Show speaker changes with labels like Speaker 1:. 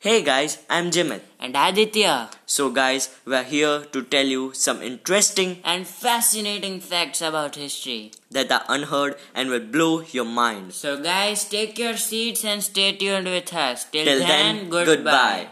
Speaker 1: Hey guys, I'm Jimit.
Speaker 2: and Aditya
Speaker 1: So, guys, we're here to tell you some interesting
Speaker 2: and fascinating facts about history.
Speaker 1: that are unheard and will blow your minds.
Speaker 2: So, guys, take your seats and stay tuned with us. Till,
Speaker 1: Till
Speaker 2: then,
Speaker 1: then,
Speaker 2: goodbye.
Speaker 1: goodbye.